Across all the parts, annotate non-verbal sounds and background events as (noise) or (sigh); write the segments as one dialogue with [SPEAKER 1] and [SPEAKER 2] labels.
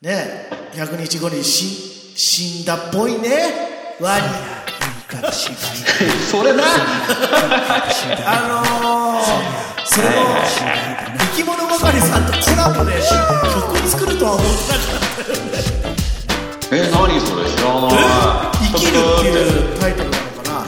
[SPEAKER 1] ねえ125人死ん死んだっぽいねワニ
[SPEAKER 2] それな
[SPEAKER 1] あのー、それも生き物ばかりさんとコラボで曲を作るとは思ってなかっ
[SPEAKER 2] え何それ知らない
[SPEAKER 1] た生きるっていうタイトルなのかな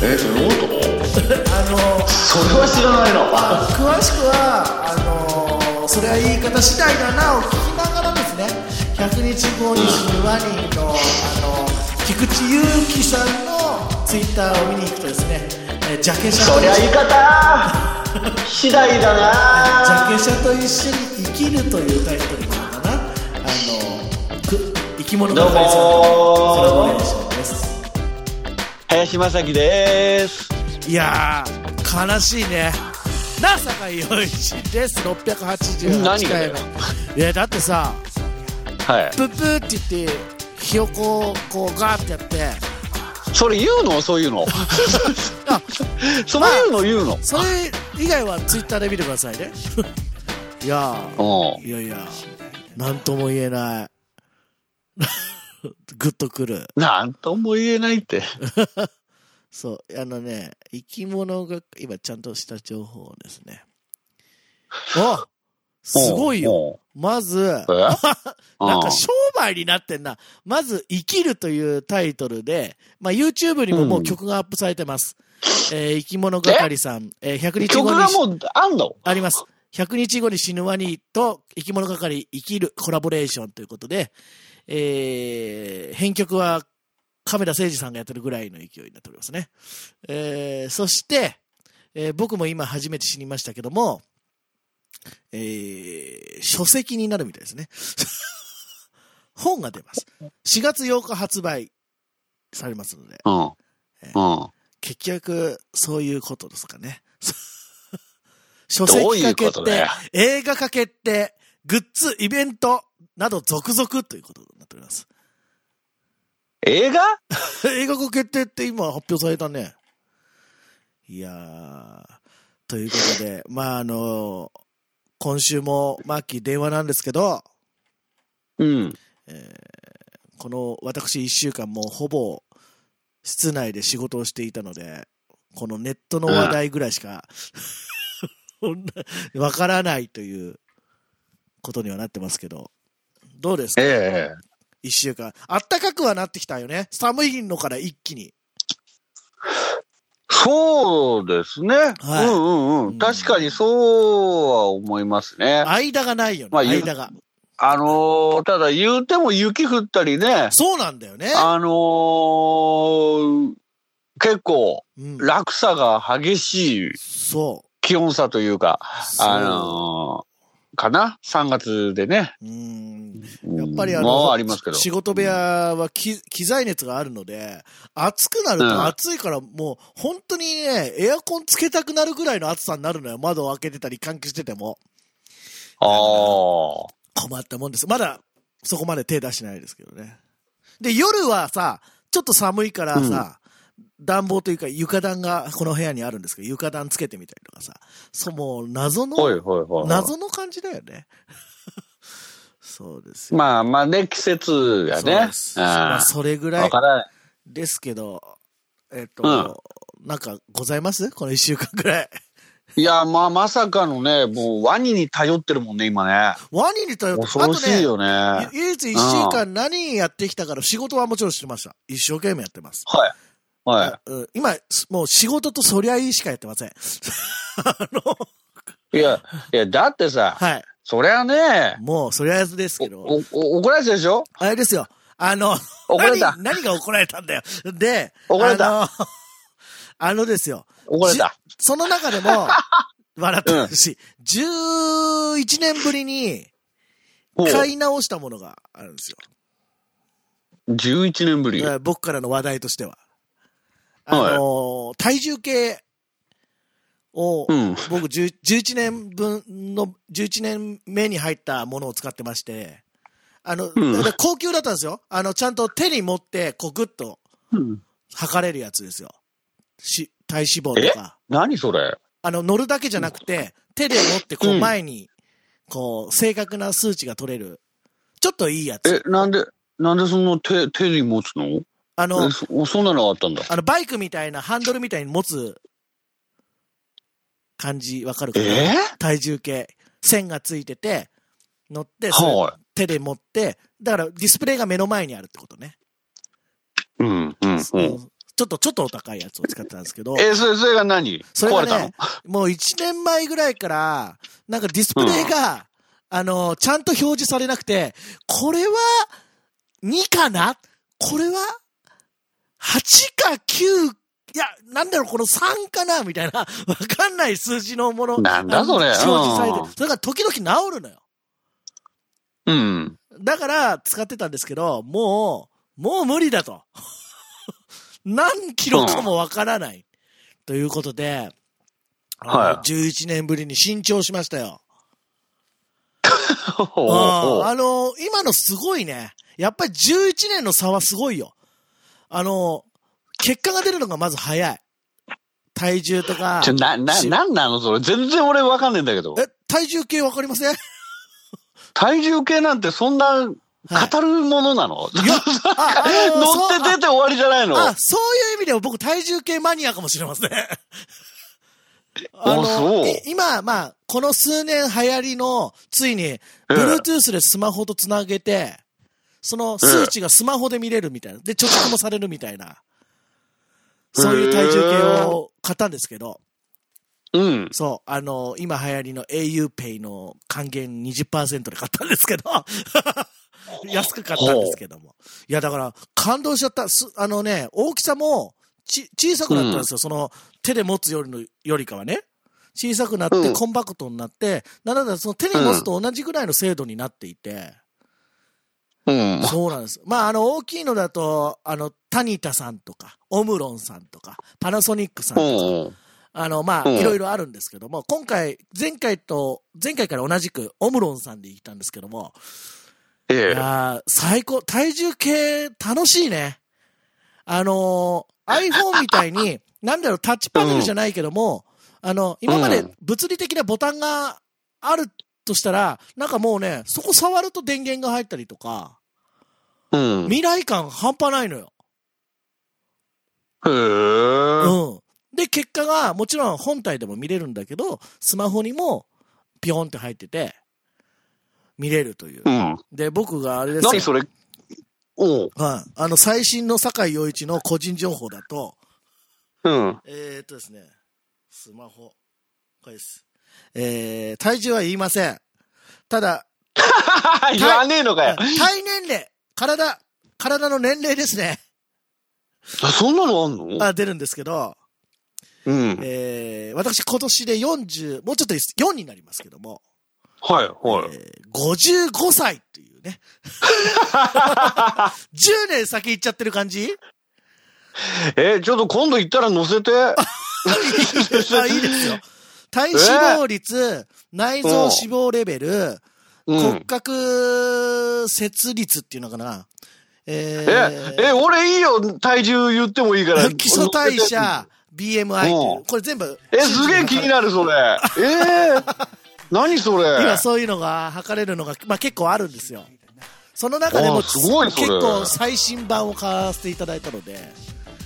[SPEAKER 2] えそれどういうこと
[SPEAKER 1] あのー
[SPEAKER 2] それは知らないな
[SPEAKER 1] 詳しくはあのーそれは言い方次第だなを聞きながらですね100日後に死ぬワニの、あのー菊池雄貴さんのツイッターを見に行くとですね、えージャケ写
[SPEAKER 2] そ
[SPEAKER 1] と
[SPEAKER 2] りゃ言い方
[SPEAKER 1] (laughs)
[SPEAKER 2] 次第だ
[SPEAKER 1] ジ
[SPEAKER 2] な
[SPEAKER 1] ャケ写と一緒に生きるというタイトルなのかなあのーく生き物
[SPEAKER 2] どう
[SPEAKER 1] の
[SPEAKER 2] も
[SPEAKER 1] 大
[SPEAKER 2] ー
[SPEAKER 1] それお願いします
[SPEAKER 2] 林正樹です
[SPEAKER 1] いやー悲しいねなあ酒井陽一です688
[SPEAKER 2] 何がだ
[SPEAKER 1] 回
[SPEAKER 2] よ
[SPEAKER 1] 目いやだってさ
[SPEAKER 2] はい
[SPEAKER 1] ププーって言ってひよこをこうガーってやって
[SPEAKER 2] それ言うのそういうの
[SPEAKER 1] あ
[SPEAKER 2] そういうの言うの
[SPEAKER 1] それ以外はツイッターで見てくださいね (laughs) いや
[SPEAKER 2] う
[SPEAKER 1] ーいやいやなんとも言えない (laughs) グッとくる
[SPEAKER 2] んなんとも言えないって
[SPEAKER 1] そうあのね生き物が今ちゃんとした情報をです (laughs) ねあすごいよ
[SPEAKER 2] よ
[SPEAKER 1] まず
[SPEAKER 2] え
[SPEAKER 1] (laughs) なんか商売になってんな。まず、生きるというタイトルで、まあ、YouTube にももう曲がアップされてます。えー生き物係さん、えー100日
[SPEAKER 2] 曲
[SPEAKER 1] 後に
[SPEAKER 2] が
[SPEAKER 1] し
[SPEAKER 2] もうあんの
[SPEAKER 1] あります。100日後に死ぬワニと生き物係生きるコラボレーションということで、えー編曲は亀田誠二さんがやってるぐらいの勢いになっておりますね。えーそして、えー僕も今初めて死にましたけども、えー書籍になるみたいですね。 (laughs) 本が出ます。4月8日発売されますので、
[SPEAKER 2] うんうん
[SPEAKER 1] 結局、そういうことですか
[SPEAKER 2] (laughs)
[SPEAKER 1] ね。書
[SPEAKER 2] どう
[SPEAKER 1] 籍
[SPEAKER 2] い
[SPEAKER 1] か
[SPEAKER 2] う
[SPEAKER 1] け
[SPEAKER 2] ことだ
[SPEAKER 1] て
[SPEAKER 2] よ、
[SPEAKER 1] 映画かけて、グッズ、イベントなど続々ということになっております。
[SPEAKER 2] 映画
[SPEAKER 1] 映画化決定って今発表されたね。いやー、ということで、まああの今週もマッキー電話なんですけど、
[SPEAKER 2] うん。
[SPEAKER 1] この私1週間もうほぼ室内で仕事をしていたので、このネットの話題ぐらいしか、 (laughs) そんなわからないということにはなってますけど、どうですか
[SPEAKER 2] ええ
[SPEAKER 1] 1週間。あったかくはなってきたよね。寒いのから一気に。
[SPEAKER 2] そうですね。
[SPEAKER 1] はい
[SPEAKER 2] うんうんう
[SPEAKER 1] うん
[SPEAKER 2] ん。確かにそうは思いますね。
[SPEAKER 1] 間がないよね。
[SPEAKER 2] まあ言う
[SPEAKER 1] 間が。
[SPEAKER 2] あのーただ言うても雪降ったりね、
[SPEAKER 1] そうなんだよね。
[SPEAKER 2] あのー結構
[SPEAKER 1] うん、
[SPEAKER 2] 落差が激しい
[SPEAKER 1] そう。
[SPEAKER 2] 気温差というか、
[SPEAKER 1] そう
[SPEAKER 2] あのーかな ?3 月でね。
[SPEAKER 1] うん
[SPEAKER 2] うん
[SPEAKER 1] やっぱりあ
[SPEAKER 2] ま
[SPEAKER 1] の、
[SPEAKER 2] あありますけど。
[SPEAKER 1] 仕事部屋はき機材熱があるので、暑くなる
[SPEAKER 2] うん
[SPEAKER 1] と暑いからもう本当にね、エアコンつけたくなるぐらいの暑さになるのよ。窓を開けてたり換気してても。
[SPEAKER 2] ああ。
[SPEAKER 1] 困ったもんです。まだそこまで手出しないですけどね。で、夜はさ、ちょっと寒いからさ、暖房というか床暖がこの部屋にあるんですけど、床暖つけてみたりとかさ、そうもう謎の、
[SPEAKER 2] ほいほいほい。
[SPEAKER 1] 謎の感じだよね。 (laughs) そうですよ。
[SPEAKER 2] まあまあね、季節が
[SPEAKER 1] そう
[SPEAKER 2] ね
[SPEAKER 1] で。す
[SPEAKER 2] うん
[SPEAKER 1] まあ、それぐら
[SPEAKER 2] わ
[SPEAKER 1] い
[SPEAKER 2] からない。
[SPEAKER 1] ですけど、えっと、なんかございますこの一週間ぐらい。 (laughs)
[SPEAKER 2] いや、まあ、まさかのね、もうワニに頼ってるもんね、今ね。
[SPEAKER 1] ワニに頼って、
[SPEAKER 2] 恐ろしいよね。
[SPEAKER 1] あとね、唯一一週間何やってきたから仕事はもちろんしてました。一生懸命やってます。
[SPEAKER 2] はい。は
[SPEAKER 1] うん今、すもう仕事とそりゃいいしかやってません。あの、
[SPEAKER 2] い。いや、いや、だってさ、
[SPEAKER 1] はい。
[SPEAKER 2] そりゃね、
[SPEAKER 1] もう、そりゃですけど、
[SPEAKER 2] お、お、怒られたでしょ
[SPEAKER 1] あれですよ。あの、
[SPEAKER 2] 怒られ
[SPEAKER 1] 何
[SPEAKER 2] た
[SPEAKER 1] 何が怒られたんだよ。で、
[SPEAKER 2] 怒られ
[SPEAKER 1] あ
[SPEAKER 2] た
[SPEAKER 1] の、 (laughs) あのですよ。
[SPEAKER 2] 怒られた。
[SPEAKER 1] その中で
[SPEAKER 2] (laughs)
[SPEAKER 1] も、笑ったし、11年ぶりに
[SPEAKER 2] もう、
[SPEAKER 1] 買い直したものがあるんですよ。
[SPEAKER 2] 11年ぶり。
[SPEAKER 1] えー僕からの話題としては。あのー体重計を、
[SPEAKER 2] うん
[SPEAKER 1] 僕10 11年分の、11年目に入ったものを使ってまして、あの、
[SPEAKER 2] ん
[SPEAKER 1] だから (laughs) 高級だったんですよ。あの、ちゃんと手に持って、こう、ぐっと
[SPEAKER 2] うん
[SPEAKER 1] 測れるやつですよ。し、体脂肪とか。
[SPEAKER 2] 何それ
[SPEAKER 1] あの、乗るだけじゃなくて、手で持って、こ
[SPEAKER 2] う
[SPEAKER 1] う、
[SPEAKER 2] ん
[SPEAKER 1] 前に、こう、正確な数値が取れるちょっといいやつ。
[SPEAKER 2] え、なんで、なんでその手、手に持つの
[SPEAKER 1] あの
[SPEAKER 2] え、そ、そんなのあったんだ。
[SPEAKER 1] あの、バイクみたいな、ハンドルみたいに持つ感じ、わかるかな、
[SPEAKER 2] え
[SPEAKER 1] 体重計。線がついてて、乗って、それ
[SPEAKER 2] は
[SPEAKER 1] 手で持って、だからディスプレイが目の前にあるってことね。
[SPEAKER 2] い。うん、うん、うん。
[SPEAKER 1] ちょっと、ちょっとお高いやつを使ってたんですけど、
[SPEAKER 2] え、それ、それが何
[SPEAKER 1] それ
[SPEAKER 2] 壊
[SPEAKER 1] が
[SPEAKER 2] れたの
[SPEAKER 1] ね、もう1年前ぐらいから、なんかディスプレイが、あの、ちゃんと表示されなくて、これは2かなこれは8か9、いや、なんだろう、この3かなみたいな、わかんない数字のもの。
[SPEAKER 2] なんだそれ
[SPEAKER 1] あの表示されて
[SPEAKER 2] うん
[SPEAKER 1] それが時々治るのよ。
[SPEAKER 2] うん。 (laughs)
[SPEAKER 1] だから使ってたんですけど、もう、もう無理だと。 (laughs) 何キロかもわからない。ということで、あの
[SPEAKER 2] は
[SPEAKER 1] 11年ぶりに新調しましたよ。
[SPEAKER 2] ほうほう
[SPEAKER 1] あー
[SPEAKER 2] ほ
[SPEAKER 1] あの今のすごいね。やっぱり11年の差はすごいよ。あの結果が出るのがまず早い。体重とか
[SPEAKER 2] う。ちょ、。な、な、
[SPEAKER 1] し
[SPEAKER 2] なんなのそれ。全然俺わかんねえんだけど。
[SPEAKER 1] え、体重計わかりませんは
[SPEAKER 2] (laughs)
[SPEAKER 1] い
[SPEAKER 2] 体重計なんてそんな、語るものなの、
[SPEAKER 1] いや、ああの
[SPEAKER 2] (laughs) 乗って出て終わりじゃないの
[SPEAKER 1] あ、そういう意味では僕体重計マニアかもしれま
[SPEAKER 2] (laughs)
[SPEAKER 1] せん。あ
[SPEAKER 2] そう
[SPEAKER 1] の、い今、まあ、この数年流行りの、ついに、Bluetooth でスマホとつなげて、その数値がスマホで見れるみたいな。で、貯蓄もされるみたいな。そういう体重計を買ったんですけど、
[SPEAKER 2] うん。
[SPEAKER 1] そう、あの、今流行りの auPay の還元20%で買ったんですけど、 (laughs) 安く買ったんですけども。いや、だから、感動しちゃった。すあのね、大きさも、ち、小さくなったんですよ。その、手で持つよりの、よりかはね。小さくなっ
[SPEAKER 2] う
[SPEAKER 1] て、
[SPEAKER 2] ん
[SPEAKER 1] コンパクトになって、なんだらその手に持つと同じぐらいの精度になっていて、
[SPEAKER 2] うん。
[SPEAKER 1] そうなんです。まあ、あの、大きいのだと、あの、タニタさんとか、オムロンさんとか、パナソニックさん
[SPEAKER 2] う
[SPEAKER 1] とか、
[SPEAKER 2] ん。
[SPEAKER 1] あの、まあ、
[SPEAKER 2] うん
[SPEAKER 1] いろいろあるんですけども、今回、前回と、前回から同じく、オムロンさんで行ったんですけども、
[SPEAKER 2] え
[SPEAKER 1] い
[SPEAKER 2] え。
[SPEAKER 1] やー最高、体重計、楽しいね。あのー iPhone みたい
[SPEAKER 2] (laughs)
[SPEAKER 1] に、なんだろう、タッチパネルじゃないけども、あの、今まで
[SPEAKER 2] うん
[SPEAKER 1] 物理的なボタンがあるとしたら、なんかもうね、そこ触ると電源が入ったりとか、
[SPEAKER 2] うん。へ
[SPEAKER 1] 未来感半端ないのよ。
[SPEAKER 2] え。うん。
[SPEAKER 1] うん。で、結果が、もちろん本体でも見れるんだけど、スマホにも、ピョンって入ってて、見れるという。で、僕があれです
[SPEAKER 2] 何
[SPEAKER 1] よ。
[SPEAKER 2] それおう。
[SPEAKER 1] はい。あの、最新の酒井陽一の個人情報だと、
[SPEAKER 2] うん。
[SPEAKER 1] えー、っとですね、スマホ。これです。えー、体重は言いません。ただ、
[SPEAKER 2] (laughs) 言わねえのかよ。
[SPEAKER 1] 体年齢、体、体の年齢ですね。
[SPEAKER 2] あそんなのあんの
[SPEAKER 1] あ、出るんですけど、
[SPEAKER 2] うん。
[SPEAKER 1] えー、私今年で40、もうちょっとです4になりますけども、
[SPEAKER 2] はい、はい。
[SPEAKER 1] えー55歳っていう
[SPEAKER 2] (laughs)
[SPEAKER 1] ね。10年先行っちゃってる感
[SPEAKER 2] (laughs)
[SPEAKER 1] じ
[SPEAKER 2] え、ちょっと今度行ったら乗せて。
[SPEAKER 1] あいいですよ。体脂肪率、内臓脂肪レベル、
[SPEAKER 2] うん
[SPEAKER 1] 骨格設率っていうのかな。え
[SPEAKER 2] え、え、
[SPEAKER 1] ー
[SPEAKER 2] 俺いいよ。体重言ってもいいから。。
[SPEAKER 1] 基礎代謝、BMI っていううんこれ全部。
[SPEAKER 2] え、すげえ気になる、それ。
[SPEAKER 1] (laughs)
[SPEAKER 2] ええ。何それ
[SPEAKER 1] 今。そういうのが測れるのが、まあ、結構あるんですよ。その中で
[SPEAKER 2] あ
[SPEAKER 1] も
[SPEAKER 2] ーすごいそれ
[SPEAKER 1] 結構最新版を買わせていただいたので、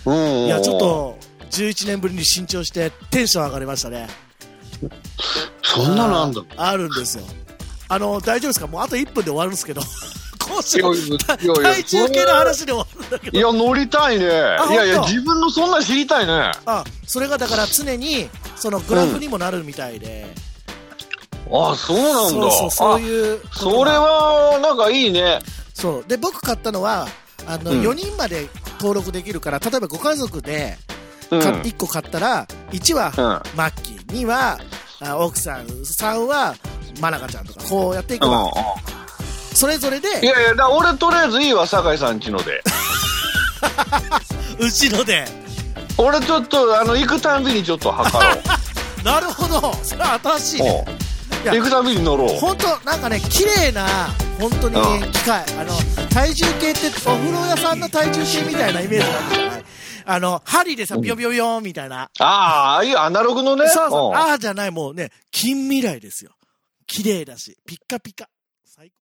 [SPEAKER 2] うん。
[SPEAKER 1] いや、ちょっ。と11年ぶりに新調してテンション上がりましたね。
[SPEAKER 2] そんなのあんだ。
[SPEAKER 1] あるんですよ。あの、大丈夫ですかもうあと1分で終わるんですけど。 (laughs) 講師
[SPEAKER 2] いやいやい
[SPEAKER 1] (laughs)
[SPEAKER 2] や
[SPEAKER 1] 体重計の話で終わるんだけ
[SPEAKER 2] い
[SPEAKER 1] ど。
[SPEAKER 2] や、乗りたいね。いやいや、
[SPEAKER 1] 本当
[SPEAKER 2] 自分のそんな知りたいね。
[SPEAKER 1] あ、それがだから常に、そのグラフにもなるみたいで。
[SPEAKER 2] あ、そうなん
[SPEAKER 1] そう
[SPEAKER 2] だ。
[SPEAKER 1] そう、そういう
[SPEAKER 2] あ。それ。は、なんかいいね。
[SPEAKER 1] そう。で、僕買ったのは、あの、
[SPEAKER 2] うん
[SPEAKER 1] 4人まで登録できるから、例えばご家族で、
[SPEAKER 2] うん。
[SPEAKER 1] か1個買ったら、1は
[SPEAKER 2] うん。
[SPEAKER 1] マッキー、2はあ奥さん、3はマナカちゃんとか、こうやっていく
[SPEAKER 2] う
[SPEAKER 1] わ。
[SPEAKER 2] ん
[SPEAKER 1] それぞれ
[SPEAKER 2] い
[SPEAKER 1] で、
[SPEAKER 2] やいや、だ俺とりあえずいいわ、酒井さんちの
[SPEAKER 1] (laughs)
[SPEAKER 2] で。
[SPEAKER 1] 後ろで。
[SPEAKER 2] 俺ちょっと、あの、行くたんびにちょっと測ろう。
[SPEAKER 1] なるほど。それは新し (laughs) いね。
[SPEAKER 2] おう
[SPEAKER 1] いや
[SPEAKER 2] 行くたんびに乗ろう。
[SPEAKER 1] 本当なんかね綺麗な本当に
[SPEAKER 2] う
[SPEAKER 1] 機械、あの体重計ってお風呂屋さんの体重計みたいなイメージなんじゃないあの針でさビョビョビョンみたいな、
[SPEAKER 2] ああ、いいアナログのね。
[SPEAKER 1] そうそう
[SPEAKER 2] うん
[SPEAKER 1] ああじゃないもうね近未来ですよ綺麗だしピッカピカ